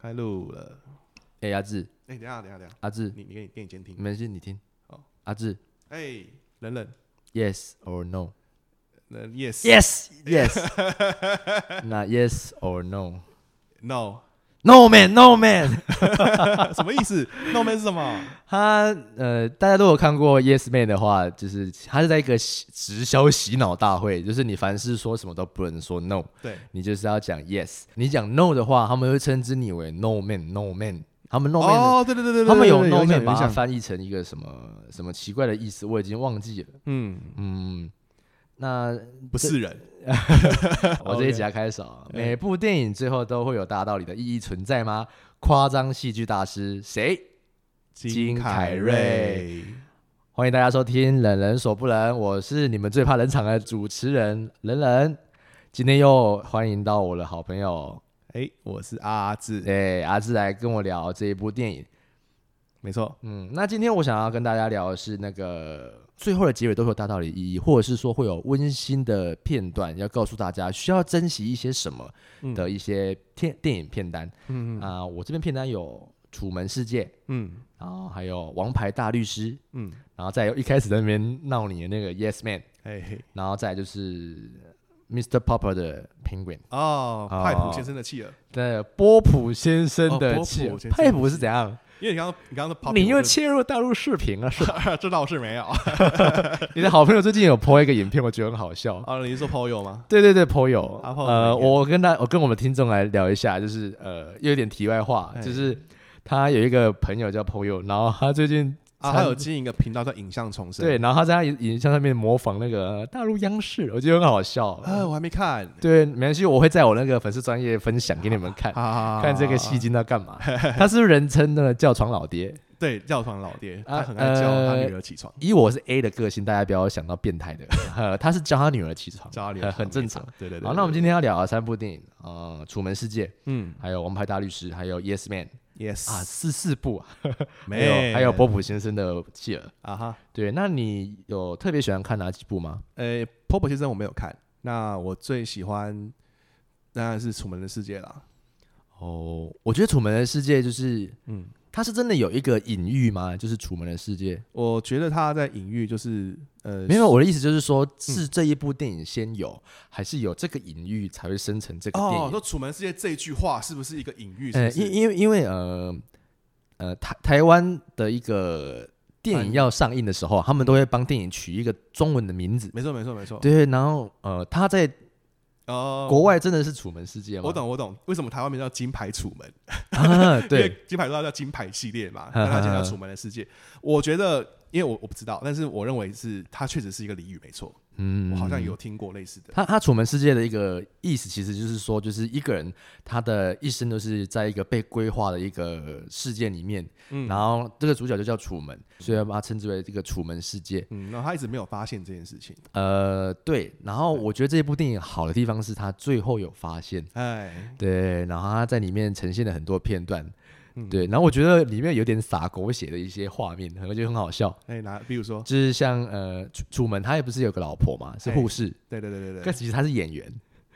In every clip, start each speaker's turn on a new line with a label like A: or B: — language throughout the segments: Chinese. A: 开录了。
B: 哎、阿志，
A: 哎、等一下，等一下，等一下，
B: 阿志，
A: 你你给你给你监听。
B: 没事，你听。
A: 好
B: 阿志
A: 哎、冷冷，
B: ，yes or no？
A: 那 yes
B: Yes, yes. 那 yes or no?
A: no
B: No man, no man.
A: 什么意思？no man 是什么？
B: 他呃，大家都有看过 Yes Man 的话，就是他是在一个洗直销洗脑大会，就是你凡事说什么都不能说 no，
A: 对，
B: 你就是要讲 yes。你讲 no 的话，他们会称之你为 no man, no man。他们 no man，、
A: 哦，对对对对，
B: 他们有 no
A: 弄
B: man 把它翻译成一个什么什么奇怪的意思，我已经忘记了。
A: 嗯，
B: 嗯，那
A: 不是人，
B: 我这一集要开始哦。每部电影最后都会有大道理的意义存在吗？夸张戏剧大师谁？金凯瑞，欢迎大家收听《冷人所不冷》，我是你们最怕冷场的主持人冷冷。今天又欢迎到我的好朋友，
A: 哎、我是阿志，
B: 对阿志来跟我聊这一部电影。
A: 没错，
B: 嗯，那今天我想要跟大家聊的是那个最后的结尾都会有大道理意义，或者是说会有温馨的片段，要告诉大家需要珍惜一些什么的一些片、电影片单。嗯啊、我这边片单有《楚门世界》，
A: 嗯
B: 然后还有《王牌大律师》，
A: 嗯，
B: 然后再有一开始在那边闹你的那个 Yes Man，
A: 哎、嘿
B: 然后再就是 Mr. Popper 的 Penguin，
A: 哦，
B: 哦
A: 派普先生的气了，
B: 对，波普先生
A: 哦
B: 的
A: 波
B: 气、
A: 普先生
B: 派普是怎样？
A: 因为你刚刚你刚刚说 pop，
B: 你又
A: 我
B: 切入大陆视频啊了，是吧
A: 就这倒是没有，
B: 你的好朋友最近有 po 一个影片，我觉得很好笑。
A: 啊，你是说朋友吗？
B: 对对对，po 有。
A: 啊，po
B: 呃，
A: 有哪一个
B: 我跟他，我跟我们听众来聊一下，就是呃，有点题外话，
A: 哎
B: 就是他有一个朋友叫 po 友，然后他最近
A: 啊，他有经营一个频道叫影像重生，
B: 对，，然后他在他影影像上面模仿那个呃大陆央视，我觉得很 好笑。
A: 啊，我还没看，
B: 对，没关系，我会在我那个粉丝专业分享给你们看，
A: 啊，
B: 看这个戏精在 干嘛。他是不是人称那个叫床老爹？
A: 对，叫床老爹，
B: 啊
A: 他很爱叫他
B: 呃
A: 女儿起床，
B: 以我是 A 的个性，大家不要想到 变态的。呃，他是叫他女儿起床，
A: 叫他女
B: 呃
A: 儿
B: 很正常。。
A: 对对对，
B: 好，那我们
A: 就
B: 今天啊要聊的三部电影，呃，《楚门世界》，
A: 嗯
B: 还有《王牌大律师》，还有《Yes Man》啊，
A: ，yes，
B: 四四部啊，还
A: 没
B: 有还有波普先生的《企鹅》。
A: 啊哈，
B: 对，那你有特别喜欢看哪几部吗？
A: 呃，波波先生我没有看，那我最喜欢当然是《楚门的世界》啦，
B: 哦，我觉得《楚门的世界》就是，
A: 嗯
B: 嗯，它是真的有一个隐喻吗？就是《楚门的世界》
A: 我觉得他在隐喻就是呃，
B: 没有，我的意思就是说，是这一部电影先有，还是有这个隐喻才会生成这个电
A: 哦，
B: 影？
A: 说《楚门世界》这句话是不是一个隐喻？
B: 呃，
A: 是不是
B: 因因为因为呃呃台台湾的一个电影要上映的时候，啊他们都会帮电影取一个中文的名字。
A: 没错没错没错，
B: 对，然后呃，他在
A: 哦，
B: 国外真的是楚门世界吗？
A: 我懂我懂，为什么台湾名叫《金牌楚门》？
B: 啊，
A: 因
B: 对，
A: 为金牌都要叫金牌系列 嘛，
B: 嗯
A: 那他讲到
B: 嗯嗯
A: 《楚门的世界》，我觉得，因为我我不知道，但是我认为是它确实是一个俚语，没错，
B: 嗯
A: 我好像有听过类似的。
B: 他他楚门世界的一个意思，其实就是说，就是一个人他的一生都是在一个被规划的一个世界里面，
A: 嗯
B: 然后这个主角就叫楚门，所以要把它称之为这个楚门世界。
A: 嗯，然后他一直没有发现这件事情，
B: 呃，对，然后我觉得这部电影好的地方是他最后有发现，
A: 哎，
B: 对，然后他在里面呈现了很多片段，
A: 嗯
B: 对，然后我觉得里面有点洒狗血的一些画面，我觉得很好笑。
A: 哎，拿，比如说，
B: 就是像呃，楚楚门他也不是有个老婆嘛，是
A: 哎
B: 护士，
A: 对对对对
B: 但
A: 对，
B: 其实他是演员，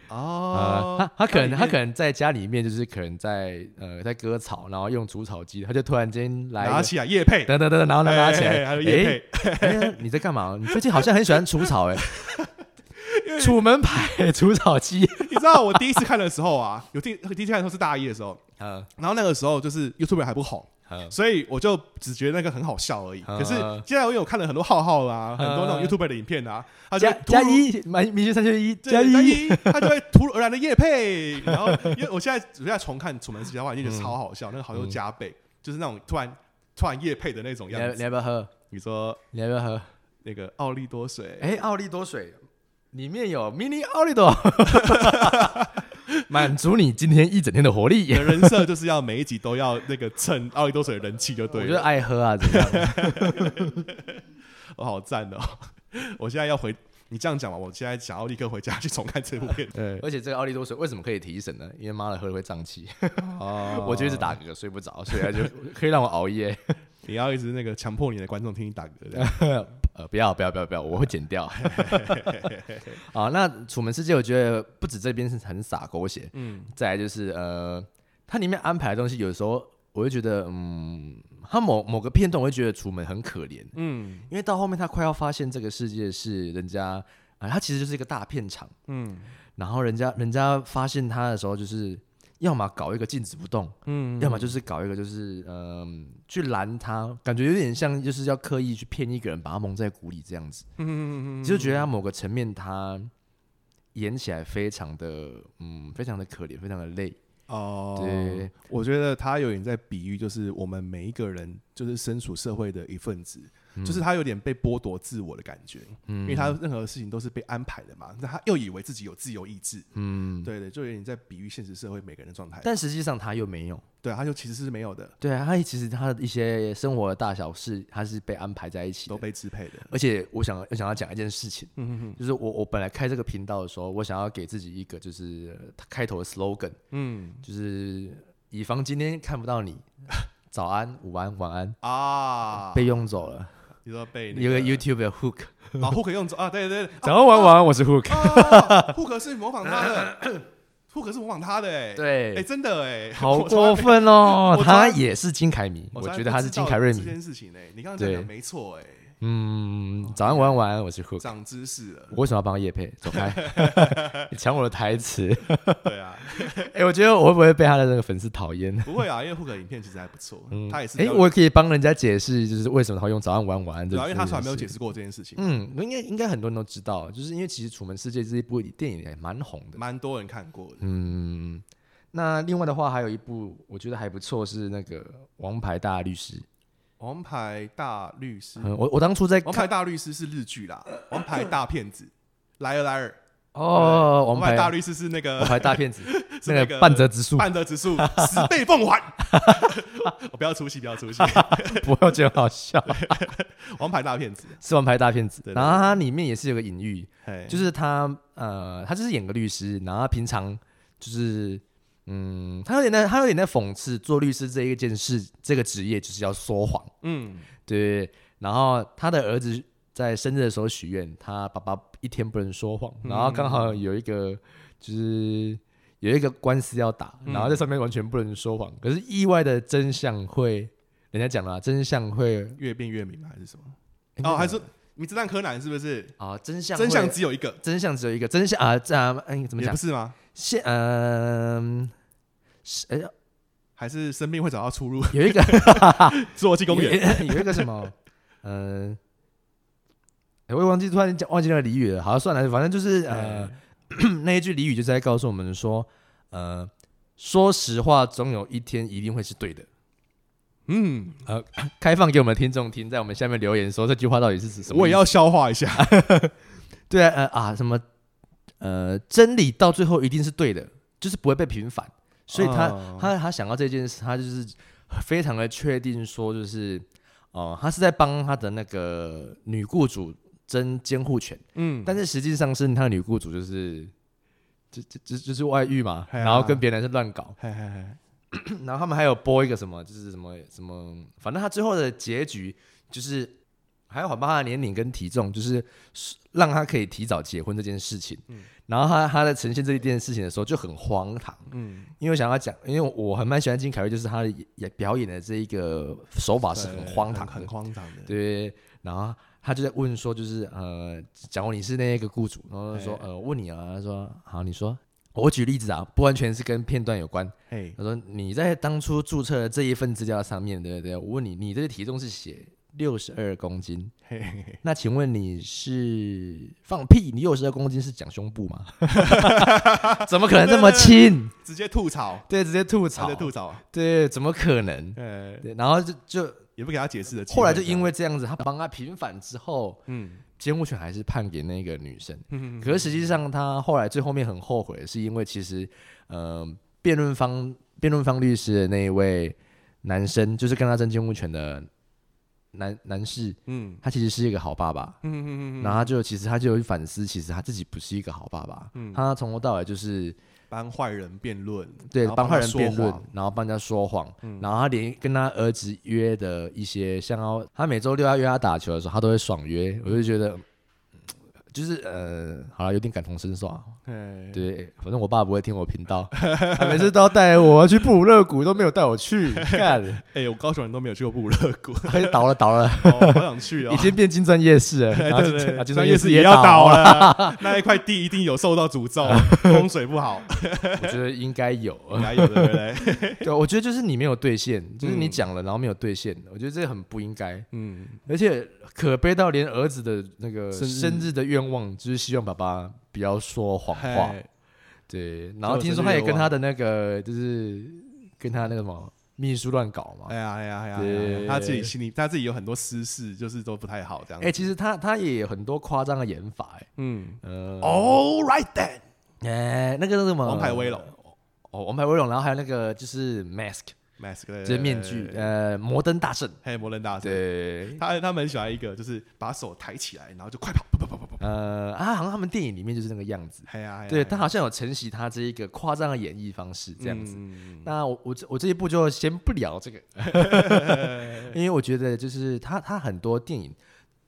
A: 哦
B: 呃，，他他可能他可
A: 能
B: 能在家里面就是可能在呃在割草，然后用除草机，他就突然间来
A: 拿
B: 一个
A: 起来叶配，
B: 等等等等，然后拿拿起
A: 哎哎
B: 来，
A: 哎还有叶
B: 哎
A: 配，
B: 哎，你在干嘛？你最近好像很喜欢 除草哎，楚门牌 除草机，
A: 你知道我第一次看的时候啊，有第第一次看的时候是大一的时候，
B: 嗯
A: 然后那个时候就是 YouTube 还不红，
B: 嗯
A: 所以我就只觉得那个很好笑而已。
B: 嗯
A: 可是现在我有看了很多浩浩啊，很多那种
B: 嗯
A: YouTube 的影片啊，他就
B: 加
A: 会突
B: 加
A: 如
B: 一，明明星三缺一，
A: 对加
B: 一，
A: 一，他就会突如而然的夜配，然后因为我现在我现在重看《楚门世家》的话，已经觉得超好笑，那个好像加倍，就是那种突然突然夜配的那种
B: 你要
A: 样
B: 你
A: 子。
B: 要不要喝？
A: 你说
B: 你要不要喝？
A: 那个奥利多水，
B: 哎，奥利多水里面有 mini 奥利多， 满足你今天一整天的活力
A: 你。的人设就是要每一集都要那个蹭奥利多水的人气就
B: 我
A: 对
B: 就
A: 了，
B: 爱喝啊，怎么样？
A: 我好赞哦！ 我现在要回你这样讲嘛，我现在想要立刻回家去重看这部片。
B: 而且这个奥利多水为什么可以提神呢？因为妈的喝了会胀气，
A: 哦
B: 我就一直打嗝睡不着，所以它就可以让我熬夜。
A: 你要一直那个强迫你的观众听你打嗝这样。
B: 呃，不要不要不要不要，我会剪掉。 啊，那《楚门世界》我觉得不止这边是很洒狗血，嗯，再来就是呃，它里面安排的东西，有时候我会觉得，嗯，它某某个片段，我会觉得楚门很可怜，
A: 嗯
B: 因为到后面他快要发现这个世界是人家啊，他其实就是一个大片场，
A: 嗯
B: 然后人家人家发现他的时候，就是要么搞一个静止不动，
A: 嗯
B: 要么就是搞一个就是嗯、去拦他，感觉有点像就是要刻意去骗一个人，把他蒙在鼓里这样子。
A: 嗯嗯嗯，
B: 就觉得他某个层面他演起来非常的嗯，非常的可怜，非常的累。
A: 哦，
B: 对，
A: 我觉得他有点在比喻，就是我们每一个人就是身处社会的一份子，
B: 嗯
A: 就是他有点被剥夺自我的感觉，因为他任何事情都是被安排的嘛，那他又以为自己有自由意志，
B: 嗯，
A: 对对，就有点在比喻现实社会每个人的状态，
B: 但实际上他又没有。
A: 对，他就其实是没有的，
B: 对啊，他其实他的一些生活的大小事，他是被安排在一起
A: 都
B: 的。
A: 被支配的，
B: 而且我想我想要讲一件事情，
A: 嗯哼哼
B: 就是我我本来开这个频道的时候，我想要给自己一个就是呃开头的 slogan，
A: 嗯
B: 就是以防今天看不到你， 早安、午安、晚安，
A: 啊，
B: 被用走了。
A: 你说被那
B: 有个 YouTube 的 hook，
A: 啊 hook 用走啊，对对 对，
B: 早安、晚安、晚安，我是 hook。
A: 啊 hook 是模仿他的，hook 是模仿他的，哎，
B: 对，
A: 哎，真的哎，
B: 好
A: 我从来
B: 过
A: 没
B: 分哦！
A: 我从
B: 他
A: 来
B: 也是金凯迷，
A: 从
B: 我
A: 来
B: 觉
A: 不
B: 得他是
A: 知
B: 金
A: 道
B: 凯瑞
A: 这
B: 迷。
A: 件事情呢、你刚刚讲
B: 对
A: 的没错哎、
B: 嗯，早安，晚安，晚安，我是 Hook。
A: 长知识了。
B: 我为什么要帮叶佩？走开！ 你抢我的台词。
A: 对啊，
B: 哎、我觉得我会不会被他的那个粉丝讨厌？
A: 不会啊，因为 Hook 影片其实还不错，他也是
B: 哎、
A: 了解
B: 我可以帮人家解释，就是为什么他用早安、晚安、晚安这。
A: 对啊，因为他从来没有解。释过这件事情，
B: 嗯，应该应该很多人都知道，就是因为其实《楚门世界》这一部电影也蛮红的。
A: 蛮多人看过的。
B: 嗯，那另外的话，还有一部我觉得还不错，是那个《王牌大律师》。
A: 王牌大律师，
B: 嗯，我我当初在
A: 王
B: 看
A: 牌大律师是日剧啦，王牌大骗子，莱尔莱尔，
B: 哦，
A: 王
B: 王牌
A: 牌大律师是那
B: 我
A: 个，
B: 还大骗 子
A: 是那
B: 那个
A: 个
B: 半泽直 树，
A: 半泽直树十倍奉 还。我哦不要出戏，不要出 戏，
B: 不会觉得好笑，
A: 王牌大骗子，啊
B: 是王牌大骗子。
A: 对对
B: 然后它里面也是有个隐喻，
A: 哎，
B: 就是他呃，他就是演个律师，然后他平常就是嗯，他有点在，他有点在讽刺做律师这一件事，这个职业就是要说谎，
A: 嗯
B: 对。然后他的儿子在生日的时候许愿，他爸爸一天不能说谎，
A: 嗯
B: 然后刚好有一个就是。有一个官司要打，
A: 嗯
B: 然后在上面完全不能说谎，可是意外的真相会，人家讲了啊、真相会
A: 越变越明白还是什么？
B: 应该
A: 哦，还
B: 怎
A: 是
B: 么
A: 名侦探柯南是不是？
B: 啊，真相
A: 真相
B: 会
A: 只有一个，
B: 真相只有一个真相啊，这啊嗯怎么
A: 也
B: 讲
A: 不？是吗？
B: 现嗯、是 哎呀
A: 还是生命会找到出路？
B: 有一个
A: 侏罗纪公园，
B: 有有一个什么嗯。哎我也忘记突然讲忘记那个俚语了，好算了，反正就是呃， 那一句俚语就是在告诉我们说，呃，说实话总有一天一定会是对的。
A: 嗯，
B: 开放给我们听众听，在我们下面留言说这句话到底是指什么意思？
A: 我也要消化一下。
B: 对啊，呃啊，什么呃，真理到最后一定是对的，就是不会被平反。所以他、
A: 哦
B: 他他想到这件事，他就是非常的确定说，就是哦、呃他是在帮他的那个女雇主争监护权，
A: 嗯，
B: 但是实际上是他的女雇主就是。就就就就是外遇嘛，
A: 嘿啊
B: 然后跟别人是乱搞，
A: 嘿嘿嘿，
B: 然后他们还有播一个什么，就是什么什么，反正他最后的结局就是还要缓慢他的年龄跟体重，就是让他可以提早结婚这件事情。然后他他在呈现这件事情的时候就很荒唐，
A: 嗯，
B: 因为我想要讲，因为我很蛮喜欢金凯瑞，就是他的演表演的这一个手法啊是很
A: 对
B: 荒唐
A: 很
B: 的，
A: 荒唐的。
B: 对。然后他就在问说，就是呃，假如你是那个雇主，然后就说
A: 哎
B: 呃，问你啊，他说好，你说。我举例子啊，不完全是跟片段有关，
A: 嘿，
B: 他说：“你在当初注册的这一份资料上面，对不对？我问你，你这个体重是写六十二公斤，
A: 嘿嘿嘿，
B: 那请问你是放屁？你六十二公斤是讲胸部吗？ 怎么可能这么轻？
A: 直接吐槽，
B: 对，直接吐
A: 他
B: 槽
A: 在，吐槽，
B: 对，怎么可能？
A: 呃，
B: 对，然后就就
A: 也不给他解释的机会。
B: 后来就因为这样子，他帮他平反之后，
A: 嗯，
B: 监护权还是判给那个女生。
A: 嗯
B: 可是实际上，他后来最后面很后悔，是因为其实，呃，辩论方辩论方律师的那一位男生，就是跟他争监护权的男男士，
A: 嗯
B: 他其实是一个好爸爸。
A: 嗯嗯嗯，
B: 然后他就其实他就有去反思，其实他自己不是一个好爸爸。
A: 嗯
B: 他从头到尾就是
A: 帮坏人辩论，
B: 对
A: 然后
B: 帮坏
A: 他
B: 人
A: 说
B: 辩论
A: 谎，
B: 然后帮人家说谎，
A: 嗯
B: 然后他连跟他儿子约的一些，像要他每周六要约他打球的时候，他都会爽约。我就觉得，嗯就是呃，好了，有点感同身受啊。
A: 哎，
B: 对，反正我爸不会听我频道， 他每次都要带我去布鲁勒谷，都没有带 我去，干，
A: 哎，我高雄人都没有去过布勒 谷，
B: 还是倒了倒了，
A: 哦好想去哦
B: 已。经变金砖夜市了，
A: 哎
B: 然后
A: 对
B: 金
A: 对
B: 啊
A: 对，那
B: 金砖
A: 夜
B: 市
A: 也
B: 也啊
A: 要倒
B: 了，
A: 了， 那一块地一定有受到诅 咒，风水不好，
B: 我觉得应该有，
A: 应该有的对不对？
B: 对，我觉得就是你没有兑现，就是你
A: 嗯
B: 讲了然后没有兑现，我觉得这很不应该，
A: 嗯，
B: 而且可悲到连儿子的那个
A: 生日
B: 生日的愿望，就是希望爸爸不要说谎话。
A: 嗨
B: 对，然
A: 就
B: 后
A: 有
B: 听说
A: 生日
B: 他也
A: 愿
B: 跟他
A: 望
B: 的那个就是跟他那个什么秘书乱搞嘛。
A: 哎呀哎呀哎呀哎
B: 对
A: 呀，他自己心里他自己有很多私事，就是都不太好这样
B: 哎、。其实他他也有很多夸张的演法、哎，
A: 嗯
B: 呃，
A: ，All right then，
B: 哎、那个是什么？
A: 王牌威龙
B: 哦，王牌威龙，然后还有那个就是 mask，
A: ，mask
B: 就
A: 对
B: 是面具，，
A: 对对
B: 呃，摩登大圣，
A: 嘿，摩登大神，
B: 对，
A: 他他们很喜欢一个，就是把手抬起来，然后就快跑，跑跑跑跑跑。
B: 呃，啊，好像他们电影里面就是那个样子，
A: 嘿呀，嘿呀
B: 对他好像有承袭他这一个夸张的演绎方式，这样子。。
A: 嗯
B: 那我我这我这一部就先不聊这个， 因为我觉得就是他他很多电影，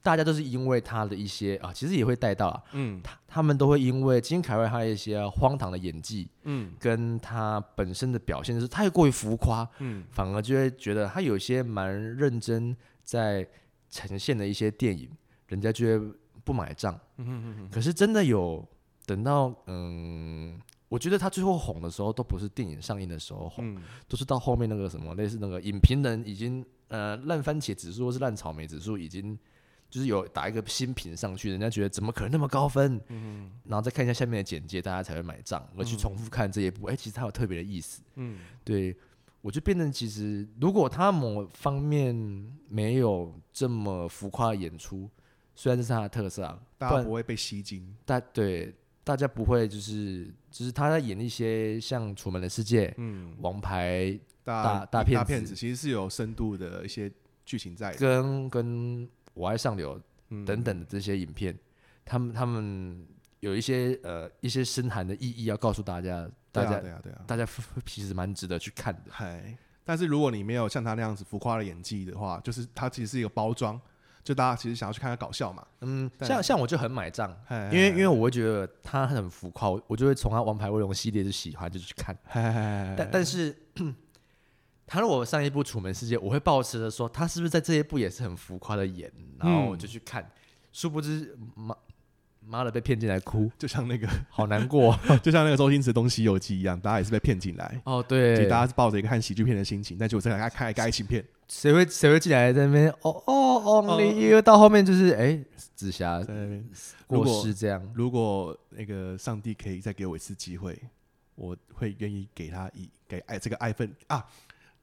B: 大家都是因为他的一些啊，其实也会带到啊，
A: 嗯
B: 他他们都会因为金凯瑞他的一些荒唐的演技
A: 嗯
B: 跟他本身的表现就是太过于浮夸，
A: 嗯
B: 反而就会觉得他有些蛮认真在呈现的一些电影，人家就会不买账。
A: 嗯嗯
B: 可是真的有等到嗯，我觉得他最后红的时候，都不是电影上映的时候红。
A: 嗯
B: 都是到后面那个什么，类似那个影评人已经呃烂番茄指数或是烂草莓指数已经就是有打一个新评上去，人家觉得怎么可能那么高分？
A: 嗯
B: 然后再看一下下面的简介，大家才会买账，而去重复看这一部。哎、其实它有特别的意思。
A: 嗯
B: 对我就变成其实，如果他某方面没有这么浮夸的演出，虽然这是他的特色啊，
A: 大
B: 不
A: 家
B: 然
A: 不会被吸睛。
B: 大对大家不会就是就是他在演一些像《楚门的世界》
A: 嗯，
B: 王牌
A: 大
B: 大
A: 大
B: 骗
A: 骗
B: 子
A: 子其实是有深度的一些剧情在的。
B: 跟跟《我爱上流》
A: 哎嗯
B: 等等的这些影片，他们他们有一些呃一些深含的意义要告诉大家，大
A: 对
B: 家、
A: 啊对啊对啊。
B: 大家 其实蛮值得去看的。
A: 嗨，但是如果你没有像他那样子浮夸的演技的话，就是他其实是一个包装，就大家其实想要去看他搞笑嘛。
B: 嗯，
A: 对哎
B: 像像我就很买账，
A: 嗨，
B: 因为因为我会觉得他很浮夸，我我就会从他《王牌威龙》系列就喜欢就去看，
A: 嗨嗨
B: 但但是。 他如果上一部《楚门世界》，我会抱持着说他是不是在这一部也是很浮夸的演，然后我就去看，殊不知妈妈的被骗进来 哭，
A: 就像那个
B: 好难过
A: 就像那个周星驰的《东西游记》一样，大家也是被骗进来。
B: 哦。对，
A: 其实大家是抱着一个看喜剧片的心情，但结果再来看一个爱情片，
B: 谁会谁会进来在那边哦哦 only you 到后面就是哎、紫霞
A: 在那边。如
B: 过
A: 果
B: 世这样，
A: 如果那个上帝可以再给我一次机会，我会愿意给他一给爱这个爱份啊。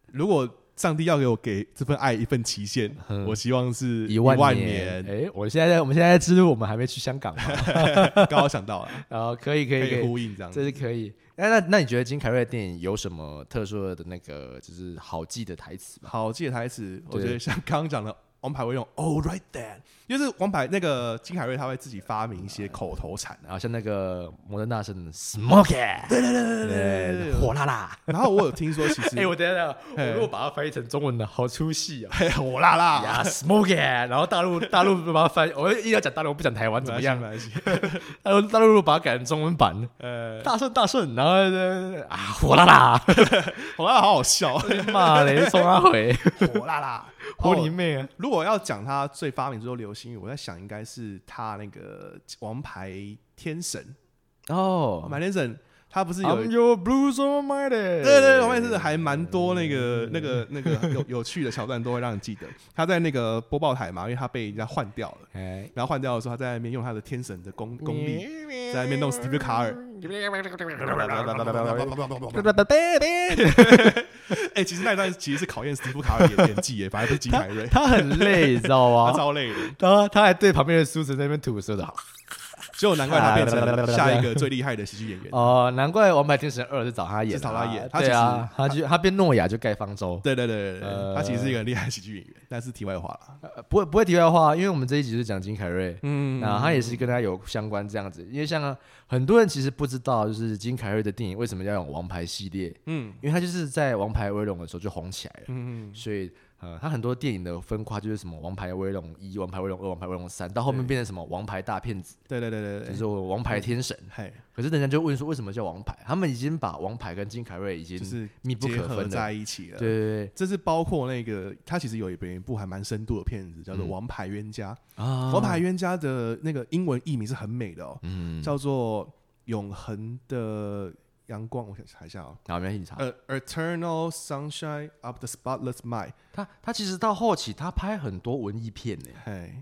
A: 如果上帝要给我给这份爱一份期限，
B: 嗯
A: 我希望是
B: 一
A: 万
B: 万
A: 年。
B: 哎、我现在在我们现在在之路，我们还没去香 港嘛？
A: 刚好想到了，
B: 哦，可哎 以可
A: 可
B: 以可
A: 以
B: 以，
A: 呼应这样子。
B: 这是可以。那那那你觉得金凯瑞的电影有什么特殊的那个就是好记的台词吗？
A: 好记的台词，我
B: 对
A: 觉得像刚刚讲的。王牌会用 All right then，就是王牌那个金凯瑞他会自己发明一些口头禅，啊
B: 然后像那个摩登大圣 smoke，it，对对
A: 对
B: 对
A: 对对
B: 火辣辣。
A: 然后我有听说其实
B: 哎、我等一下，等一下
A: 嘿
B: 我如果把它翻译成中文的，好出戏啊！
A: 嘿火辣辣，
B: 呀，smoke，it，然后大陆大陆把它翻，我一定要讲大陆，我不讲台湾怎么样？
A: 没关系？
B: 大陆大陆把它改成中文版，
A: 呃，
B: 大圣大圣，然后呃啊火辣辣，
A: 火辣辣好好 笑，
B: 骂嘞送他回，
A: 火辣辣，
B: 火你妹啊！
A: 如果要讲他最发明之后流行语，我在想应该是他那个王牌天神，王
B: 哦
A: 牌天神他不是有一
B: I'm your blue so mighty，
A: 对
B: 对
A: 对对，王牌天神还蛮多那个那个那个有有趣的桥段都会让你记得。他在那个播报台嘛，因为他被人家换掉了，
B: 哎，
A: 然后换掉的时候，他在那边用他的天神的功功力，在那边弄史蒂夫卡尔。哎，其实那一段其实是考验史蒂夫卡尔演演技耶，反而不是金凯瑞，
B: 他很累，你知道
A: 他
B: 吗？
A: 超累的。
B: 然后他还对旁边的苏子在那边吐舌头。
A: 结果难怪他变成下一个最厉害的喜剧演员。
B: 哦，难怪《王牌天神二》是找他演，
A: 是找他演他
B: 对啊，他就他变诺亚就盖方舟。
A: 对对对对对，
B: 呃
A: 他其实是一个很厉害的喜剧演员，但是题外话啦。
B: 呃不会不会题外话，因为我们这一集是讲金凯瑞，
A: 嗯
B: 那他也是跟他有相关这样子，因为像很多人其实不知道，就是金凯瑞的电影为什么要用王牌系列，
A: 嗯
B: 因为他就是在《王牌威龙》的时候就红起来了，
A: 嗯
B: 所以呃，他很多电影的分化就是什么《王牌威龙一》《王牌威龙二》《王牌威龙三》，到后面
A: 对
B: 变成什么《王牌大骗子
A: 对对对对》，
B: 就
A: 对，
B: 是我王牌天神。
A: 嘿，
B: 可是人家就问说，为什么叫王牌？他们已经把王牌跟金凯瑞已经
A: 就是
B: 密不
A: 结
B: 可
A: 合
B: 分的。
A: 在一起了。
B: 对对
A: 这是包括那个，他其实有一本一部还蛮深度的片子，叫做《
B: 嗯
A: 王牌冤家》。
B: 对啊，
A: 王牌冤家》的那个英文译名是很美的哦，
B: 嗯，
A: 叫做《永恒的阳光》。我想查一下哦，
B: 然后没关系，你查。
A: 呃，《Eternal Sunshine of the Spotless Mind》。
B: 他他其实到后期他拍很多文艺片呢。
A: 嘿，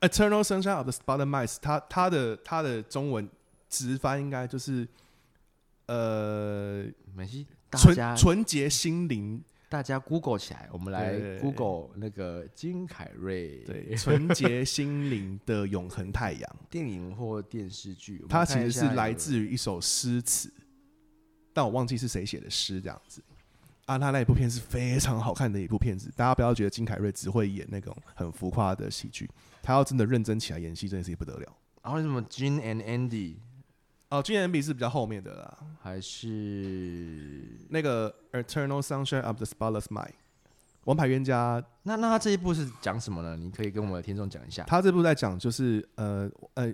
A: 《Eternal Sunshine of the Spotless Mind》，它它的它的中文直翻应该就是呃，
B: 没关系，大家
A: 纯纯洁心灵，
B: 大家 Google 起来，我们来
A: 对对对
B: Google 那个金凯瑞
A: 对，纯洁心灵的永恒太阳。
B: 电影或电视剧。我们
A: 它其
B: 看一
A: 实
B: 下
A: 是
B: 有
A: 来自于一首诗词，但我忘记是谁写的诗这样子。啊，他那一部片是非常好看的一部片子，大家不要觉得金凯瑞只会演那种很浮夸的喜剧，他要真的认真起来演戏，真的是不得了。
B: 然后什么 Jane and Andy，
A: 哦，GMB 是比较后面的啦，
B: 还是
A: 那个《Eternal Sunshine of the Spotless Mind》王牌冤家，
B: 那那他这一部是讲什么呢？你可以跟我们的听众讲一下。
A: 他这部在讲就是呃呃，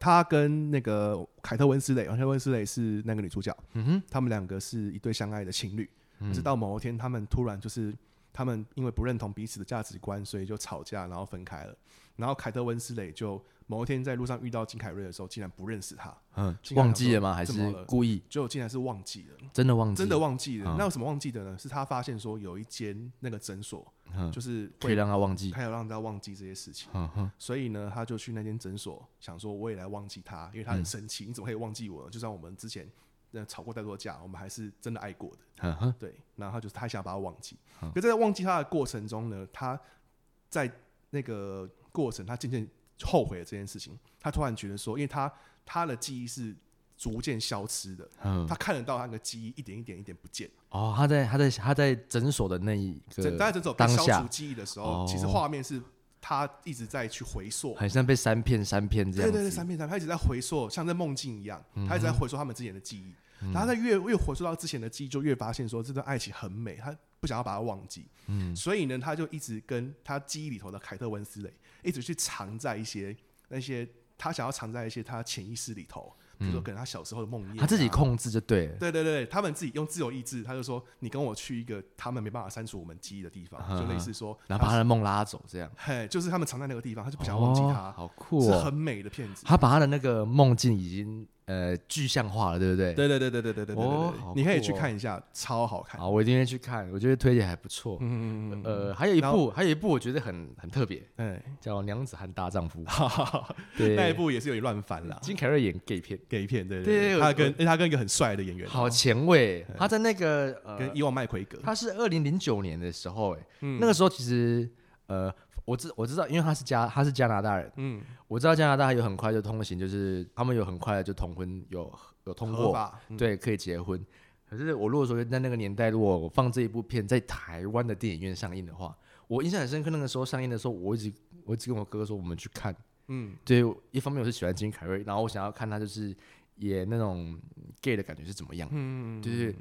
A: 他跟那个凯特温斯雷，凯特温斯雷是那个女主角，
B: 嗯哼，
A: 他们两个是一对相爱的情侣，
B: 嗯
A: 可是到某一天，他们突然就是他们因为不认同彼此的价值观，所以就吵架，然后分开了。然后凯特温斯雷就某一天在路上遇到金凯瑞的时候，竟然不认识他，
B: 嗯
A: 金凯瑞
B: 忘记了吗？还
A: 怎
B: 是
A: 么了
B: 故意
A: 就竟然是忘记了，
B: 真的忘记？
A: 真的忘记了
B: 嗯。
A: 那有什么忘记的呢？是他发现说有一间那个诊所，
B: 嗯
A: 就是
B: 可以
A: 会
B: 让他忘记。
A: 还有让大家忘记这些事情。
B: 嗯哼，
A: 所以呢，他就去那间诊所，想说我也来忘记他，因为他
B: 嗯
A: 很生气，你怎么可以忘记我呢？就算我们之前呃吵过再多架，我们还是真的爱过的。
B: 嗯哼，
A: 对，然后他就是他想把他忘记，
B: 嗯
A: 可在忘记他的过程中呢，他在那个过程，他渐渐后悔了这件事情。他突然觉得说，因为他他的记忆是逐渐消失的，
B: 嗯
A: 他看得到他的记忆一点一点一点不见。
B: 哦，他在他在他在诊所的那一
A: 整
B: 个
A: 大家整首被
B: 当
A: 消除
B: 下，
A: 记忆的时
B: 哦
A: 候，其实画面是他一直在去回溯。
B: 很像被三片三片这
A: 对
B: 样
A: 对对，
B: 子。嗯
A: 三片三片，他一直在回溯，像在梦境一样，他一直在回溯他们之前的记忆。然后他越越回溯到之前的记忆，就越发现说这段爱情很美，他不想要把它忘记。
B: 嗯
A: 所以呢，他就一直跟他记忆里头的凯特温斯雷一直去藏在一些那些他想要藏在一些他潜意识里头，比如说可能他小时候的梦魇、
B: 嗯
A: 啊
B: 他自己。控制就对了。
A: 对对对，他们自己用自由意志，他就说：“你跟我去一个他们没办法删除我们记忆的地方，就类似说，
B: 啊然后把他的梦拉走，这样
A: 嘿，就是他们藏在那个地方，他就不想忘记
B: 哦
A: 他，
B: 好酷
A: 是
B: 哦！
A: 很美的片子。
B: 他把他的那个梦境已经呃具象化了，对不对？。
A: 对对对对对对对对对
B: 哦
A: 对
B: 好
A: 你可以
B: 酷
A: 去
B: 哦
A: 看一下，超好看。
B: 好，我一定会去看，我觉得推荐还不错。
A: 嗯嗯嗯嗯，
B: 呃，还有一
A: 然
B: 部，还有一部我觉得很很特别，
A: 哎，
B: 叫《娘子汉大丈夫》。
A: 哈哈哈
B: 嗯 对，
A: 那一部也是有点乱翻啦，
B: 金凯瑞演 gay 片，
A: 给片对
B: 对对
A: 对，
B: 我
A: 他跟他跟一个很帅的演员，
B: 好前卫。他在那个呃
A: 跟，以往麦奎格，
B: 他是二零零九年的时候，哎，
A: 嗯
B: 那个时候其实呃，我知我知道，因为他是加他是加拿大人，
A: 嗯，
B: 我知道加拿大有很快就通行，就是他们有很快就同婚有有通
A: 合
B: 过，
A: 法，嗯
B: 对，可以结婚。可是我如果说在那个年代，如果我放这一部片在台湾的电影院上映的话，我印象很深刻。那个时候上映的时候，我一直我一直跟我哥哥说我们去看。
A: 嗯，
B: 对，一方面我是喜欢金凯瑞，然后我想要看他就是演那种 gay 的感觉是怎么样。
A: 嗯，
B: 对对，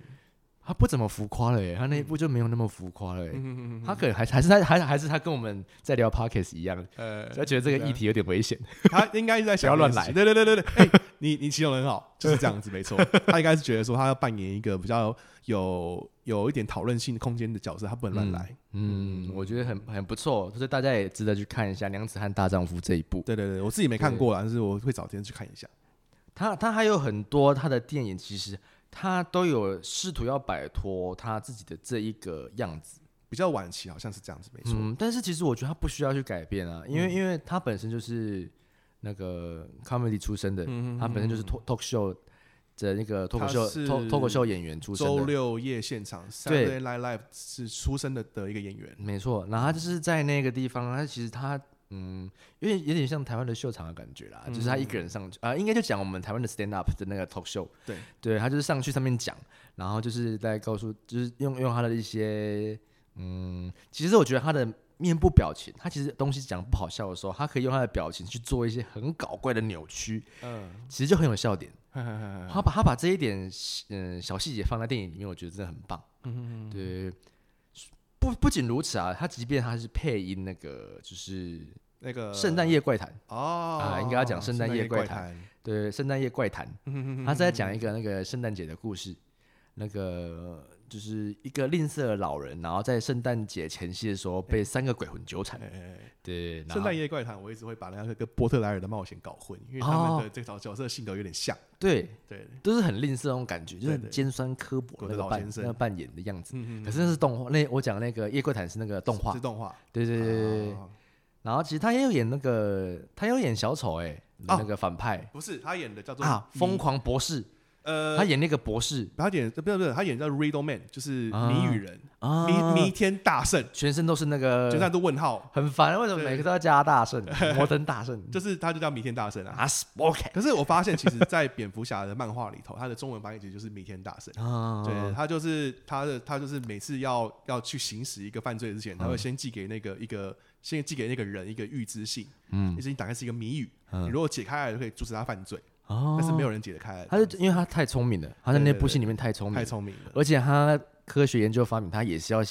B: 他不怎么浮夸了耶，他那一部就没有那么浮夸了耶。
A: 嗯嗯嗯
B: 他可能还还是他还还是他跟我们在聊 podcast 一样，
A: 呃，
B: 他觉得这个议题有点危险。
A: 他应该是在想
B: 不要
A: 这件
B: 乱
A: 事情对对对对对，哎，你你形容得很好，就是这样子， 没错，他应该是觉得说他要扮演一个比较有有一点讨论性空间的角色，他不能乱来，
B: 嗯，我觉得很很不错，就是大家也值得去看一下《娘子汉大丈夫》这一部。
A: 对对对，我自己没看过啦，但是我会找时间去看一下，
B: 他他还有很多他的电影，其实他都有试图要摆脱他自己的这一个样子。
A: 比较晚期好像是这样子，没错，嗯
B: 嗯，但是其实我觉得他不需要去改变啊，因为、因为他本身就是那个 comedy 出身的，
A: 嗯
B: 他本身就是 talk talk show 的那个脱口秀
A: 他是
B: 脱脱口秀演员出身
A: 周
B: 的。
A: 六夜现场 Saturday
B: 对
A: Night Live 是出身的的一个演员，
B: 没错，然后他就是在那个地方，他其实他嗯，有点有点像台湾的秀场的感觉啦，就是他一个人上去啊、应该就讲我们台湾的 stand up 的那个 talk show，
A: 嗯对
B: 对，他就是上去上面讲，然后就是在告诉，就是用用他的一些嗯，其实我觉得他的面部表情，他其实东西讲不好笑的时候，他可以用他的表情去做一些很搞怪的扭曲，
A: 嗯，
B: 其实就很有笑点。
A: 嗯
B: 他把他把这
A: 嗯
B: 一点嗯小细节放在电影里面，我觉得真的很棒。嗯对，不不不仅如此啊，他即便他是配音那个就是
A: 那个
B: 《圣诞夜怪谈》
A: 哦
B: 啊应该要讲圣
A: 圣
B: 诞夜
A: 夜
B: 怪
A: 谈，
B: 对，《圣诞夜怪谈》，
A: 嗯
B: 他是在讲一个那个圣诞节的故事，那个就是一个吝啬的老人，然后在圣诞节前夕的时候被三个鬼魂纠缠
A: 哎。哎哎
B: 对，然
A: 圣
B: 后
A: 诞夜怪谈，我一直会把那个跟波特莱尔的冒险搞混，
B: 哦
A: 因为他们的这个角色性格有点像。
B: 对，
A: 对，
B: 都是很吝啬那种感觉，就是
A: 对
B: 很
A: 对
B: 尖酸刻薄
A: 我
B: 那
A: 的
B: 个
A: 老
B: 扮
A: 先生
B: 那个扮演的样子。
A: 嗯
B: 可是那是动画，那我讲那个《夜怪谈》是那个动画
A: 是，动画。
B: 对对对对对。
A: 啊
B: 然后其实他也有演那个，他也有演小丑哎、
A: 哦
B: 那个反派
A: 不是他演的叫做
B: 啊，
A: 迷
B: 疯狂博士，
A: 呃，
B: 他演那个博士
A: 他演不是不是他演叫 Riddle Man，就是
B: 啊
A: 谜语人，
B: 啊，呃
A: 弥弥天大圣，
B: 全身都是那个
A: 就，算都问号，
B: 很烦，为什么
A: 对
B: 每个都要加大 圣，摩登大圣
A: 就是他就叫弥天大圣啊。
B: 啊，OK
A: 可是我发现，其实，在蝙蝠侠的漫画里头，他的中文翻译其实就是弥天 大圣。
B: 啊，
A: 对他就是他的他就是每次要要去行使一个犯罪之前，他会先寄给那个一个先寄给那个人一个预知信，
B: 嗯
A: 就是你打开是一个谜语，
B: 嗯
A: 你如果解开来就可以阻止他犯罪，
B: 哦，
A: 但是没有人解得开来，
B: 他就因为他太聪明了，他在
A: 对
B: 那
A: 对
B: 部戏
A: 对
B: 里面太聪明
A: 太
B: 了，
A: 聪明了，
B: 而且他科学研究发明，他也是要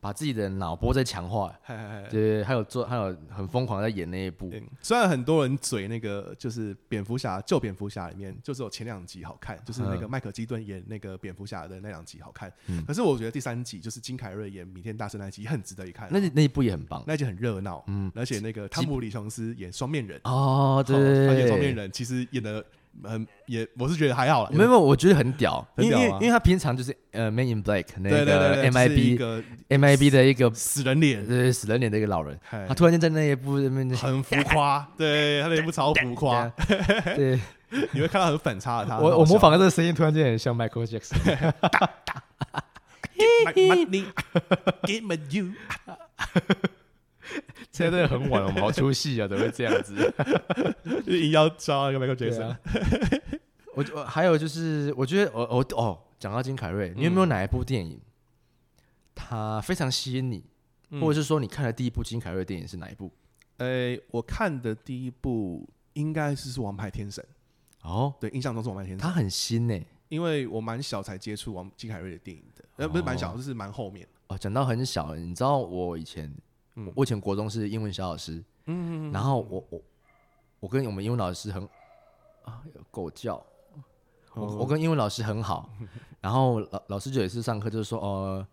B: 把自己的脑波再强化，
A: 嘿嘿嘿
B: 对，还有做，还有很疯狂地在演那一部，
A: 嗯虽然很多人嘴那个就是蝙蝠侠旧蝙蝠侠里面就只有前两集好看，就是那
B: 嗯
A: 个迈克基顿演那个蝙蝠侠的那两集好看，可是我觉得第三集就是金凯瑞演弥天大圣那集也很值得一看，
B: 那嗯那一部也很棒
A: 那集很热闹，而且那个汤姆李琼斯演双面人。
B: 哦，对
A: 哦
B: 对
A: 而
B: 对，
A: 且双面人其实演的很也，我是觉得还好啦，
B: 没有，没有，我觉得很屌，
A: 很
B: 因为
A: 屌
B: 因为
A: 啊
B: 因为他平常就是呃，Man in Black 那
A: 对对对对
B: 个
A: 就是一
B: MIB
A: 个
B: MIB 的一个
A: 死人脸，
B: 呃死人脸的一个老人，
A: 嘿
B: 他突然间在那一部那边
A: 很浮夸，对他那部超浮夸，，
B: 对
A: 你会看到很反差的他。
B: 我我模仿的这个声音突然间很像 Michael Jackson，
A: money, give me you，
B: 现在真的很晚了，我们好出戏啊，怎么会这样子？
A: 就是硬要抓那个 Michael
B: 对
A: Jackson
B: 啊。，我我还有就是，我觉得我我哦，讲到金凯
A: 嗯
B: 瑞，你有没有哪一部电影，它非常吸引你，
A: 嗯
B: 或者是说你看的第一部金凯瑞电影是哪一部？
A: 哎，我看的第一部应该是是《王牌天神》，
B: 哦，
A: 对，印象中是《王牌天神
B: 它》，很新欸呢、
A: 因为我蛮小才接触王金凯瑞的电影的，呃，不是蛮小，就是蛮后面。
B: 哦，讲到很小，你知道我以前，
A: 嗯
B: 我以前国中是英文小老师，
A: 嗯，
B: 然后我我我跟我们英文老师很啊有狗叫，我、哦
A: 哦
B: 我跟英文老师 很好，然后老老师就也是上课就是说呃，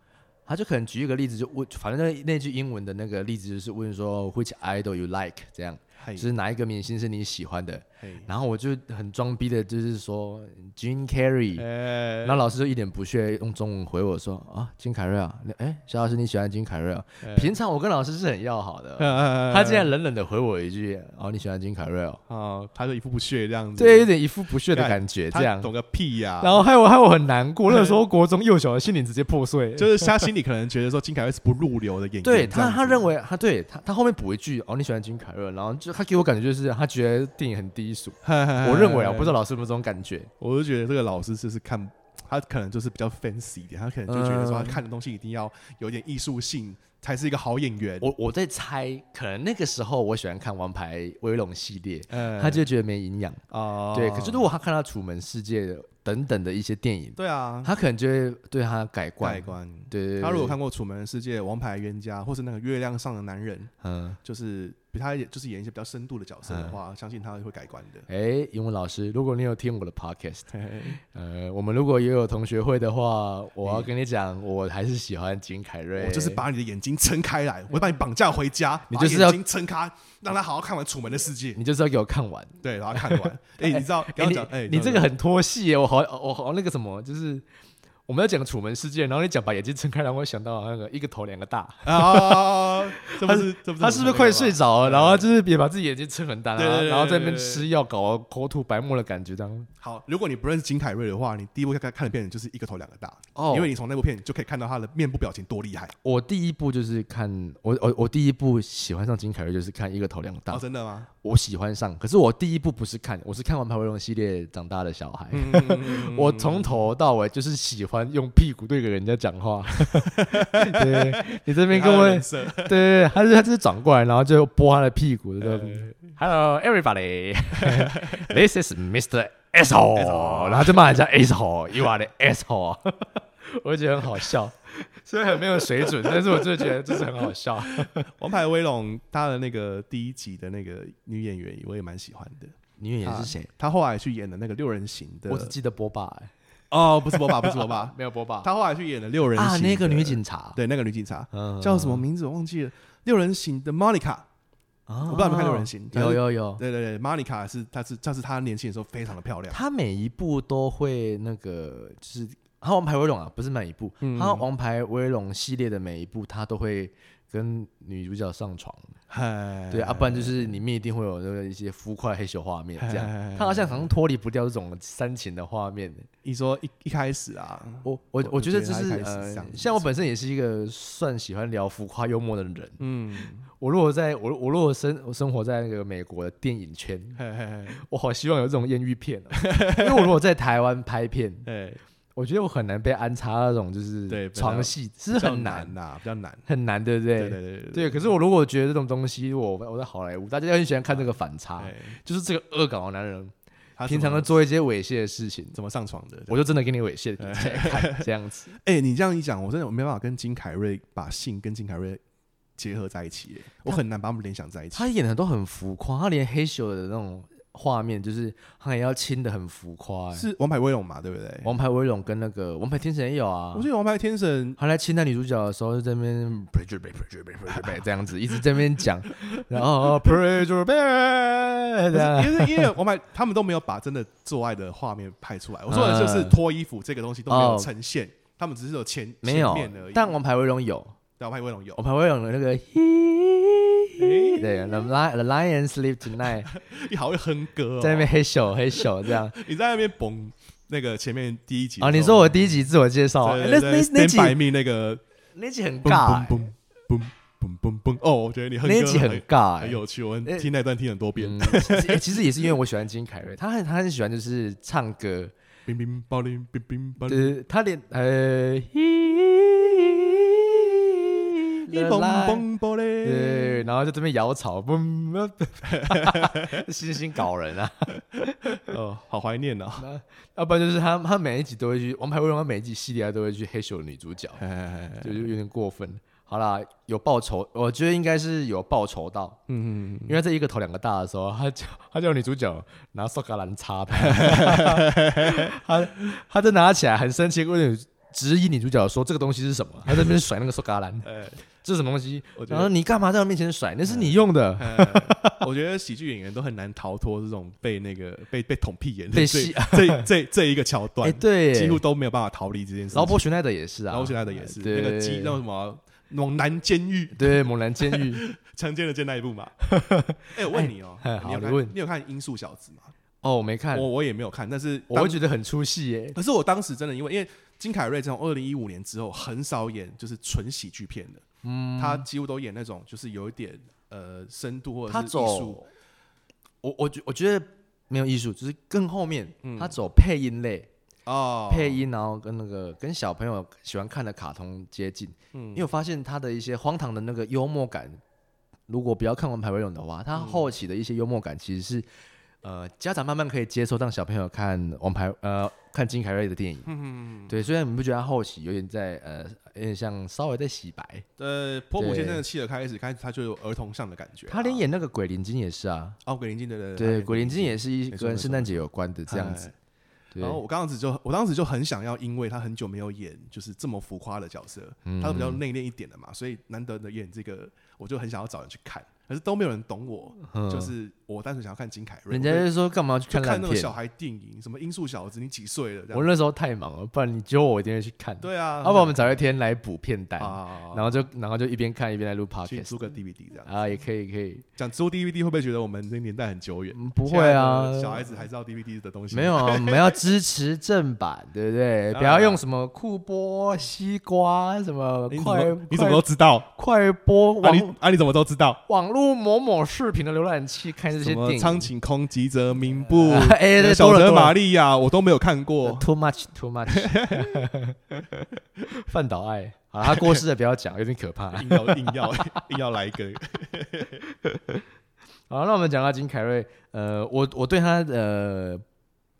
B: 他就可能举一个例子就问，反正那那句英文的那个例子就是问说 which idol you like 这样，
A: 嘿
B: 就是哪一个明星是你喜欢的，
A: 嘿
B: 然后我就很装逼的就是说 Jim Carrey，
A: 哎
B: 然后老师就一脸不屑用中文回我说：“啊，金凯瑞啊，你哎，小老师你喜欢金凯瑞啊？平常我跟老师是很要好
A: 呃
B: 的，他
A: 他
B: 竟然冷冷的回我一句：哦，你喜欢金凯瑞哦？
A: 啊，他就一副不屑这样子，
B: 对，有，点一副不屑的
A: 干
B: 感觉，这
A: 他
B: 样，嗯
A: 懂个屁呀、
B: 然后害我害我很难过。那时候国中幼小的心灵直接破碎。
A: 就是他心里可能觉得说金凯瑞是不入流的演员，
B: 对他，他认
A: 为
B: 为他对他，他后面补一句：哦，你喜欢金凯瑞，然后就他给我感觉就是他觉得电影很低 俗。我
A: 我
B: 认为啊，我不知道老师有没有这种感觉。
A: 我就觉得这个老师就是看他可能就是比较 fancy 一点，他可能就觉得说他
B: 嗯
A: 看的东西一定要有点艺术性，才是一个好演员。
B: 我我在猜，可能那个时候我喜欢看《王牌威龙》系列，
A: 呃
B: 他就觉得没营养。
A: 哦
B: 对，可是如果他看到《楚门世界》等等的一些电影，
A: 对啊，
B: 他可能就会对他改观。
A: 外观。
B: 对对对，
A: 他如果看过《楚门的世界》《王牌冤家》或是那个《月亮上的男人》，
B: 嗯，
A: 就是比他也就是演一些比较深度的角色的话，相信他会改观的。
B: 哎，英文老师，如果你有听我的 podcast，
A: 嘿嘿
B: 呃，我们如果也有同学会的话，我要跟你讲，我还是喜欢金凯瑞。
A: 我就是把你的眼睛撑开来，我会把你绑架回家，
B: 你
A: 把
B: 就是要
A: 眼睛撑开，让他好好看完《楚门的世界》。
B: 你就是要给我看完。
A: 对，然后看 完。哎，你知道刚刚
B: 你
A: 讲，哎，
B: 你
A: 知
B: 这
A: 道
B: 个很脱戏耶，我好我好那个什么，就是我们要讲《楚门世界》，然后你讲把眼睛睁开，然后我想到那个一个头两个大，
A: 啊，这不
B: 他
A: 是这不是
B: 他是不是快睡
A: 着？
B: 着了？然后就是也把自己眼睛撑很大，
A: 对对
B: 然后
A: 对
B: 然后在那边
A: 对对对
B: 吃药，搞口吐白沫的感觉，这样。
A: 好，如果你不认识金凯瑞的话，你第一部看看的片就是一个头两个大，
B: 哦
A: 因为你从那部片你就可以看到他的面部表情多厉害。
B: 我第一部就是看我我我第一部喜欢上金凯瑞就是看一个头两个大
A: 哦，，真的吗？
B: 我喜欢上。可是我第一部不是看，我是看完《排威龙》系列长大的小孩。
A: 嗯
B: 我从头到尾就是喜欢用屁股对着人家讲话。对，你这边跟我
A: 他的人设
B: 对对，对他是他就是转过来，然后就拨他的屁股，就说呃 “Hello everybody, this is Mr. Asshole”，然后就骂人家 “Asshole”，“You are the asshole”，我就觉得很好笑。虽然很没有水准，但是我真的觉得就是很好笑。
A: 王牌威龙》他的那个第一集的那个女演员，我也蛮喜欢的。
B: 女演员是谁？
A: 她后来去演了那个六人行的
B: 啊我只记得波霸、欸，，
A: 哦，不是波霸，不是波霸
B: 没有波霸
A: 她后来去演了六人行
B: 啊，那个
A: 的
B: 女警察，
A: 对那个女警察
B: 嗯
A: 叫什么名字我忘记了，六人行的 Monica，
B: 啊
A: 我不知道有没有看六人行但
B: 有
A: 是
B: 有有，
A: 对对对，Monica 是她是她是她年轻的时候非常的漂亮，
B: 他每一部都会那个就是。他王牌威龙啊，不是每一部，
A: 嗯
B: 他王牌威龙系列的每一部，他都会跟女主角上床，
A: 嗨，
B: 对啊，不然就是里面一定会有那个一些浮夸黑手画面这样
A: 哎哎哎。
B: 他好像好像脱离不掉这种煽情的画面。
A: 你说一一开始啊，
B: 我我
A: 我
B: 我觉得
A: 觉得
B: 就
A: 他
B: 是
A: 一开始是这
B: 呃
A: 样，子
B: 像我本身也是一个算喜欢聊浮夸幽默的人。
A: 嗯，
B: 我如果在我我如果生我生活在那个美国的电影圈，
A: 嘿嘿嘿
B: 我好希望有这种艳遇片哦。因为我如果在台湾拍片，
A: 对，
B: 我觉得我很难被安插那种就是
A: 对
B: 床戏，是
A: 比较
B: 很
A: 难
B: 难
A: 呐、比较难，
B: 很难，对不对？
A: 对对对对
B: 对，可是我如果觉得这种东西，我我在好莱坞，大家很喜欢看这个反差，
A: 对，
B: 就是这个恶搞的男人，
A: 哎他
B: 啊平常
A: 怎
B: 都
A: 么
B: 做一些猥亵的事情，
A: 怎么上床的？
B: 我就真的给你猥亵的给你起来看，这样 子。
A: 哎、你这样一讲，我真的没办法跟金凯瑞把性跟金凯瑞结合在一起耶，我很难把他们联想在一起。
B: 他演的都很浮夸，他连黑咻的那种画面，就是他也要亲的很浮夸、欸。
A: 是哎《王牌威龙》嘛，对不对？
B: 王牌威龙跟那个王牌天神也有啊
A: 我。觉得《王牌天神》
B: 他在亲那女主角的时候，就在那边 这样子，一直在那边讲，然后哦这
A: 可
B: 样
A: 是因为因为王牌他们都没有把真的做爱的画面拍出来。我说的就是
B: 嗯
A: 脱衣服这个东西都没有
B: 哦
A: 呈现，他们只是有前
B: 没有
A: 前面而已。。啊
B: 但王牌威龙有，
A: 但王牌威龙有
B: 王牌威龙的那个， 对 ，The Lion The Lion Sleep Tonight，
A: 你好会哼歌、哦，
B: 在那边黑咻黑咻 这样。
A: 你在那边蹦那个前面第一集
B: 啊，你说我第一集自我介绍，哎
A: 对
B: 那
A: 对对
B: 那那集
A: 百密那个
B: 那集很
A: 蹦
B: 尬
A: 蹦
B: 欸，
A: 蹦蹦蹦蹦蹦哦，我觉得你哼
B: 那
A: 歌
B: 集很尬
A: 很
B: 欸。
A: 有趣，我
B: 哎
A: 听那段听很多遍。
B: 嗯，其实其实也是因为我喜欢金凯瑞，他很他很喜欢就是唱歌，
A: 冰冰暴冰冰冰暴
B: 就
A: 冰，
B: 是他连呃，
A: 一蹦蹦暴嘞
B: 对，。然后就这边摇草，嘣，嘣嘣星星搞人啊！
A: 哦，好怀念啊！
B: 嗯要不然就是他他每一集都会去《王牌威龙》，他每一集系列他都会去黑手女主角，就是有点过分。好啦，有报仇，我觉得应该是有报仇到，
A: 嗯，
B: 因为在一个头两个大的时候，他叫他叫女主角拿苏格兰插 他，他他就拿起来很生气，问女质疑女主角说这个东西是什么？他在那边甩那个苏格 兰，
A: 呃，
B: 这是什么东西
A: 我？觉得
B: 然后你干嘛哎在我哎面前甩？那是你用的，
A: 我觉得喜剧演员都很难逃脱这种被那个被被捅屁眼的
B: 被
A: 这
B: 戏
A: 这这这一个桥
B: 哎，
A: 段，
B: 对，
A: 几乎都没有办法逃离这件事情。
B: 劳勃·徐奈德也是啊，
A: 然后现在的也是
B: 对
A: 那个鸡，那种什么猛男监狱
B: 对猛男监 狱
A: 强奸的奸那一部嘛。哎，我问你哦
B: 哎，好
A: 你有
B: 你问
A: 看你有看《音速小子》吗？
B: 哦，我没看，
A: 我我也没有看，但是
B: 我
A: 当
B: 会觉得很出戏耶，
A: 可是我当时真的因为因为金凯瑞从二零一五年之后很少演就是纯喜剧片的，
B: 嗯，
A: 他几乎都演那种就是有一点呃深度或者
B: 他
A: 是艺术，
B: 走，我我觉我觉得没有艺术，就是更后面
A: 嗯
B: 他走配音类。
A: 哦
B: 配音，然后跟那个跟小朋友喜欢看的卡通接近。
A: 嗯
B: 因为我发现他的一些荒唐的那个幽默感，如果不要看《王牌威龙》的话，他后期的一些幽默感其实是，呃，家长慢慢可以接受，让小朋友看《王牌》呃看金凯瑞的电影。
A: 嗯，
B: 对，虽然你不觉得他后期有点在呃有点像稍微在洗白，
A: 呃，婆婆
B: 对
A: 先生的气了开始开始他就有儿童向的感觉啊，
B: 他连演那个鬼灵精也是啊，
A: 哦鬼灵精对对
B: 对，
A: 他
B: 鬼灵精也是一
A: 没错没
B: 跟
A: 错
B: 圣诞节有关的这样子
A: 哎。
B: 对
A: 然后我当时就，我当时就很想要，因为他很久没有演就是这么浮夸的角色，
B: 嗯
A: 他都比较内敛一点的嘛，所以难得的演这个，我就很想要找人去看，可是都没有人懂我，就是我单纯想要看金凯瑞，
B: 嗯人家
A: 我就
B: 就说干嘛去
A: 就
B: 看
A: 看
B: 烂
A: 那种
B: 片？
A: 小孩电影，什么《音速小子》，你几岁了？这
B: 我
A: 样
B: 那时候太忙了，不然你揪我我一定会去看。
A: 对啊，
B: 要不然我们找一天来补片单，
A: 啊，
B: 然后就然后就一边看一边来录
A: 去
B: podcast
A: 租个 DVD 这样，
B: 啊，也可以可以，
A: 讲租 DVD 会不会觉得我们这年代很久远？
B: 嗯不会啊
A: 现在，的小孩子还知道 DVD 的东西吗
B: 没有啊，我们要支持正版，对不对？
A: 当然
B: 不要用什么酷播、西瓜什
A: 哎
B: 么
A: 你怎
B: 快
A: 么你怎么都知道？
B: 快快播
A: 啊
B: 网
A: 你啊你怎么都知道？
B: 网络某某视频的浏览器看这些
A: 什么
B: 电
A: 《
B: 影
A: 苍井空吉泽明步》
B: 哎对多
A: 小
B: 了
A: 泽
B: 多了
A: 玛利亚》，我都没有看过。
B: ，too much too much，范岛爱，好了，他过世了不要讲，有点可怕。
A: 硬要硬要 硬要来一个，
B: 好，那我们讲到金凯瑞，呃，我我对他呃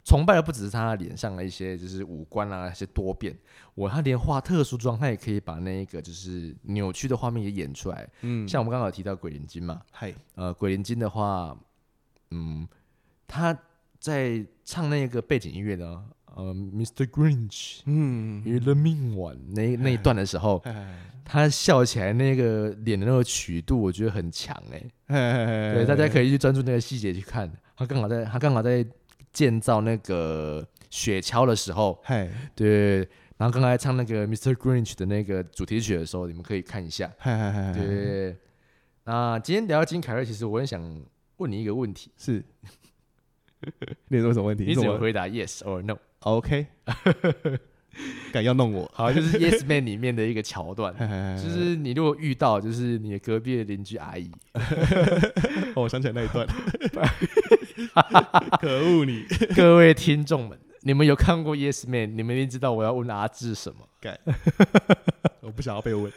B: 崇拜的不只是他脸上的一些就是五官啊，一些多变，我他连画特殊妆，他也可以把那一个就是扭曲的画面也演出来。
A: 嗯，
B: 像我们刚刚有提到鬼灵精嘛，
A: 嗨，
B: 呃，鬼灵精的话，嗯，他在唱那个背景音乐呢，呃，Mr. Grinch
A: 嗯，
B: 与 The Mean One 那那一段的时候，
A: 哎，
B: 他笑起来那个脸的那个曲度，我觉得很强哎、对，
A: 对
B: 大家可以去专注那个细节去看。他刚好在他刚好在建造那个雪橇的时候，
A: 嗨
B: 对，然后刚才唱那个 Mr. Grinch 的那个主题曲的时候，你们可以看一下。
A: 嗨嗨嗨，嗨，
B: 对，那今天聊到金凯瑞，其实我很想问你一个问题，
A: 是。 你有什么问题？
B: 你怎么
A: 么
B: 回答 yes or no？
A: OK？敢要弄我？
B: 好，就是 嗯 Yes Man 里面的一个桥 段。
A: 嗨嗨嗨
B: 就是你如果遇到，就是你的隔壁的邻居阿 姨，
A: 哦，我想起来那一 段，可恶你！
B: 各位听众们，你们有看过 Yes Man？你们一定知道我要问阿志什么。
A: 我不想要被问。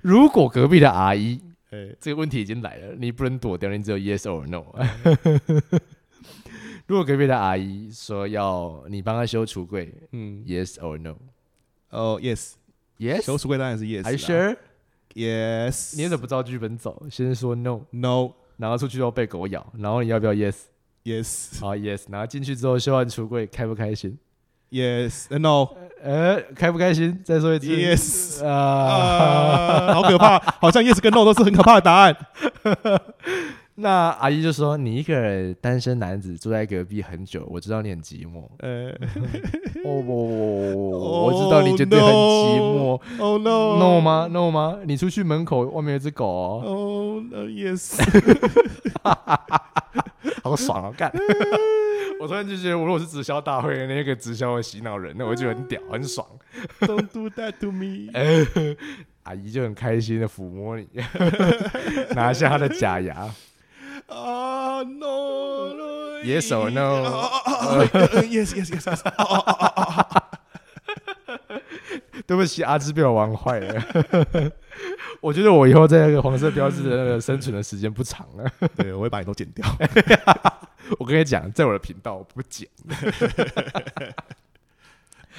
B: 如果隔壁的阿姨
A: 哎，
B: 这个问题已经来了，你不能躲掉，你只有 yes or no。如果隔壁的阿姨说要你帮她修橱柜
A: 嗯，
B: ，yes or no？Yes？
A: 哦，yes，修书柜当然是啊 yes 啦。
B: Are you sure？
A: Yes，
B: 你怎么不照剧本走？先说 no，
A: No
B: 然后出去后被狗咬，然后你要不要 yes？
A: Yes
B: 好 yes，然后进去之后修完橱柜开不开心？
A: Yes 呃 No
B: 呃，开不开心？再说一次
A: Yes
B: 啊。
A: 啊，好可怕！好像 Yes 跟 No 都是很可怕的答案。
B: 那阿姨就说：“你一个单身男子住在隔壁很久，我知道你很寂寞。”
A: 呃
B: 哦，我知道你绝对很寂寞。
A: ，Oh no
B: no 吗？No 吗？你出去门口外面有只狗哦，
A: ？Oh no, Yes，
B: 好爽啊！ 干，我突然就觉得，如果是直销大会的那个直销的洗脑人，那我就很 屌，很爽。
A: Don't do that to me。
B: 阿姨就很开心的抚摸你， 拿下她的假 牙。
A: 啊 No no
B: Yes or no？
A: Yes Yes Yes Yes。
B: 对不起，阿芝被我玩坏了。 我觉得我以后在那个黄色标志的那个生存的时间不长了。
A: 对，我会把你都剪 掉。
B: 我跟你讲，在我的频道我不 剪。啊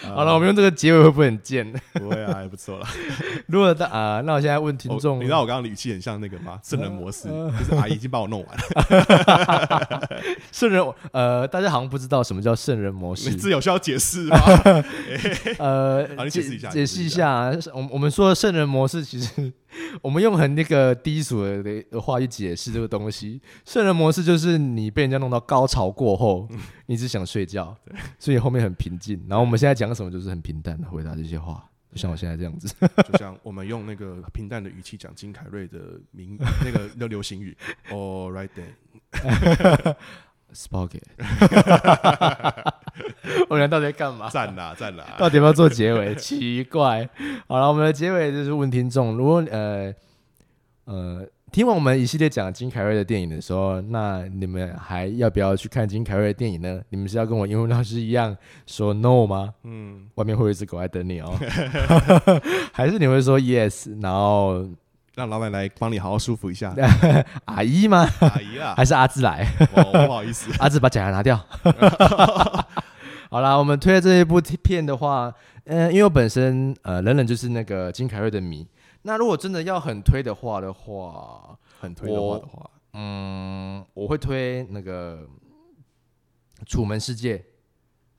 B: 好了，我们用这个结尾会不会很贱？
A: 不会啊，还不错 啦。
B: 如果大啊、那我现在问听
A: 我
B: 众，
A: 你知道我刚刚的语气很像那个吗？圣人模 式，
B: 呃
A: 就是阿姨已经把我弄完了。
B: 圣人呃，大家好像不知道什么叫圣人模式
A: 你，自有需要解释 吗？
B: 呃
A: 好，你解释一下
B: 解
A: 你解
B: 释
A: 释
B: 一
A: 一
B: 下。啊我们我们说的圣人模式，其实我们用很那个低俗的的话去解释这个东西。圣人模式就是你被人家弄到高潮过后，
A: 嗯
B: 你只想睡觉，所以后面很平静。然后我们现在讲什么，就是很平淡的回答这些话，就像我现在这样 子。
A: 就像我们用那个平淡的语气讲金凯瑞的名 那个流流行语，All right then，
B: Spaghetti，我们俩到底在干嘛？
A: 赞 啦赞啦，
B: 到底要不要做结尾？奇怪。好了，我们的结尾就是问听众，如果呃呃听完我们一系列讲金凯瑞的电影的时候，那你们还要不要去看金凯瑞的电影呢？你们是要跟我英文老师一样说 no 吗？
A: 嗯，
B: 外面会有一只狗在等你哦， 还是你会说 yes，然后
A: 让老板来帮你好好舒服一 下，
B: 阿姨吗？
A: 阿姨啊，
B: 还是阿志来？
A: 我不好意思，
B: 阿志把假牙拿掉。好啦，我们推这一部片的话，嗯、因为我本身呃，冷冷就是那个金凯瑞的迷。那如果真的要很推的话的话，
A: 很 推的话的话，
B: 嗯，我会推那个《楚门世界》。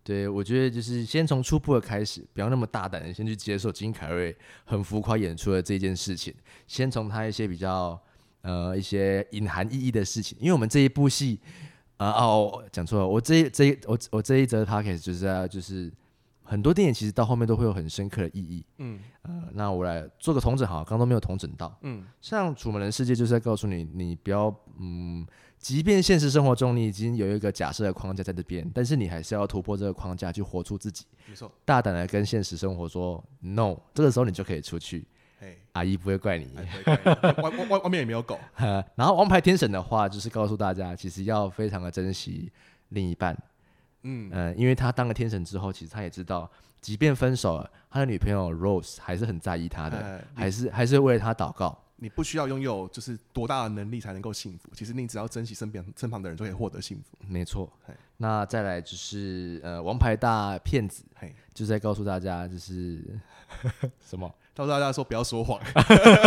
B: 对，我觉得就是先从初步的开始，不要那么大胆的先去接受金凯瑞很浮夸演出的这件事情，先从他一些比较呃一些隐含意义的事情，因为我们这一部戏，啊、哦，讲错了，我这一这一我我这一则 p o c a s t 就是要就是很多电影其实到后面都会有很深刻的意义，
A: 嗯
B: 呃，那我来做个统整好了，刚刚都没有统整到，
A: 嗯
B: 像《楚门人世界》就是在告诉你，你不要，嗯，即便现实生活中你已经有一个假设的框架在这边，但是你还是要突破这个框架去活出自己，
A: 没错，
B: 大胆的跟现实生活说 no，这个时候你就可以出去，
A: 哎，
B: 阿姨不会怪你。
A: 哎可以可以外外外外面也没有狗，
B: 呃然后《王牌天神》的话，就是告诉大家，其实要非常的珍惜另一半，
A: 嗯，
B: 嗯、因为他当了天神之后，其实他也知道，即便分手了，他的女朋友 Rose 还是很在意他的，
A: 哎
B: 还是还是为了他祷告。
A: 你不需要拥有就是多大的能力才能够幸福，其实你只要珍惜身边身旁的人，就可以获得幸福。
B: 没错
A: 嘿。
B: 那再来就是呃，王牌大骗子
A: 嘿，
B: 就在告诉大家，就是 什么
A: 告诉大家说不要说谎，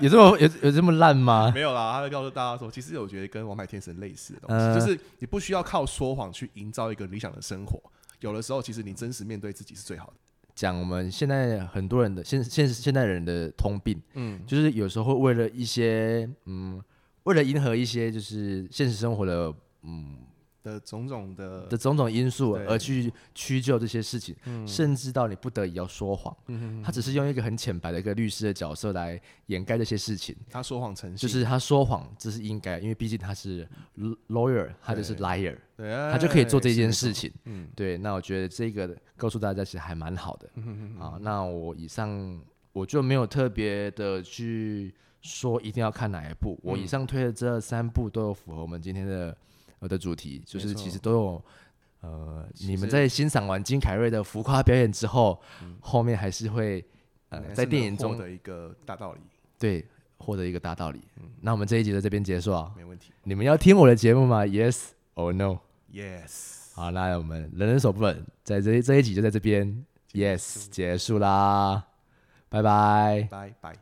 B: 有这么有有这么烂吗？
A: 没有啦，他会告诉大家说，其实我觉得跟王牌天神类似的东西，
B: 呃
A: 就是你不需要靠说谎去营造一个理想的生活。有的时候，其实你真实面对自己是最好的。
B: 讲我们现在很多人的现现现代人的通病，
A: 嗯，
B: 就是有时候会为了一些嗯，为了迎合一些就是现实生活的嗯
A: 的种种的
B: 的种种因素
A: 呃对嗯
B: 而去屈就这些事情，甚至到你不得已要说谎。他只是用一个很浅白的一个律师的角色来掩盖这些事情，
A: 他说谎成性，
B: 就是他说谎这是应该，因为毕竟他是 l- lawyer，他就是 liar，
A: 嗯对哎
B: 他就可以做这件事情。
A: 嗯
B: 对，那我觉得这个告诉大家其实还蛮好的啊。那我以上我就没有特别的去说一定要看哪一部，我
A: 嗯
B: 以上推的这三部都有符合我们今天的呃的主题，就
A: 没
B: 是
A: 错
B: 其实都有。呃，
A: 其
B: 你们
A: 实嗯
B: 在欣赏完金凯瑞的浮夸表演之后，后面还是会呃
A: 还是
B: 在电
A: 能哎
B: 影
A: 获
B: 中
A: 得一个大道理，
B: 对获得一个大道理。那我们这一集就这边结束啊。
A: 没问题。
B: 你们要听我的节目吗？Yes or No？
A: Yes，
B: 好，那我们人人手不冷，在这一这一集就在这边，yes 结束啦，拜拜。
A: 拜拜。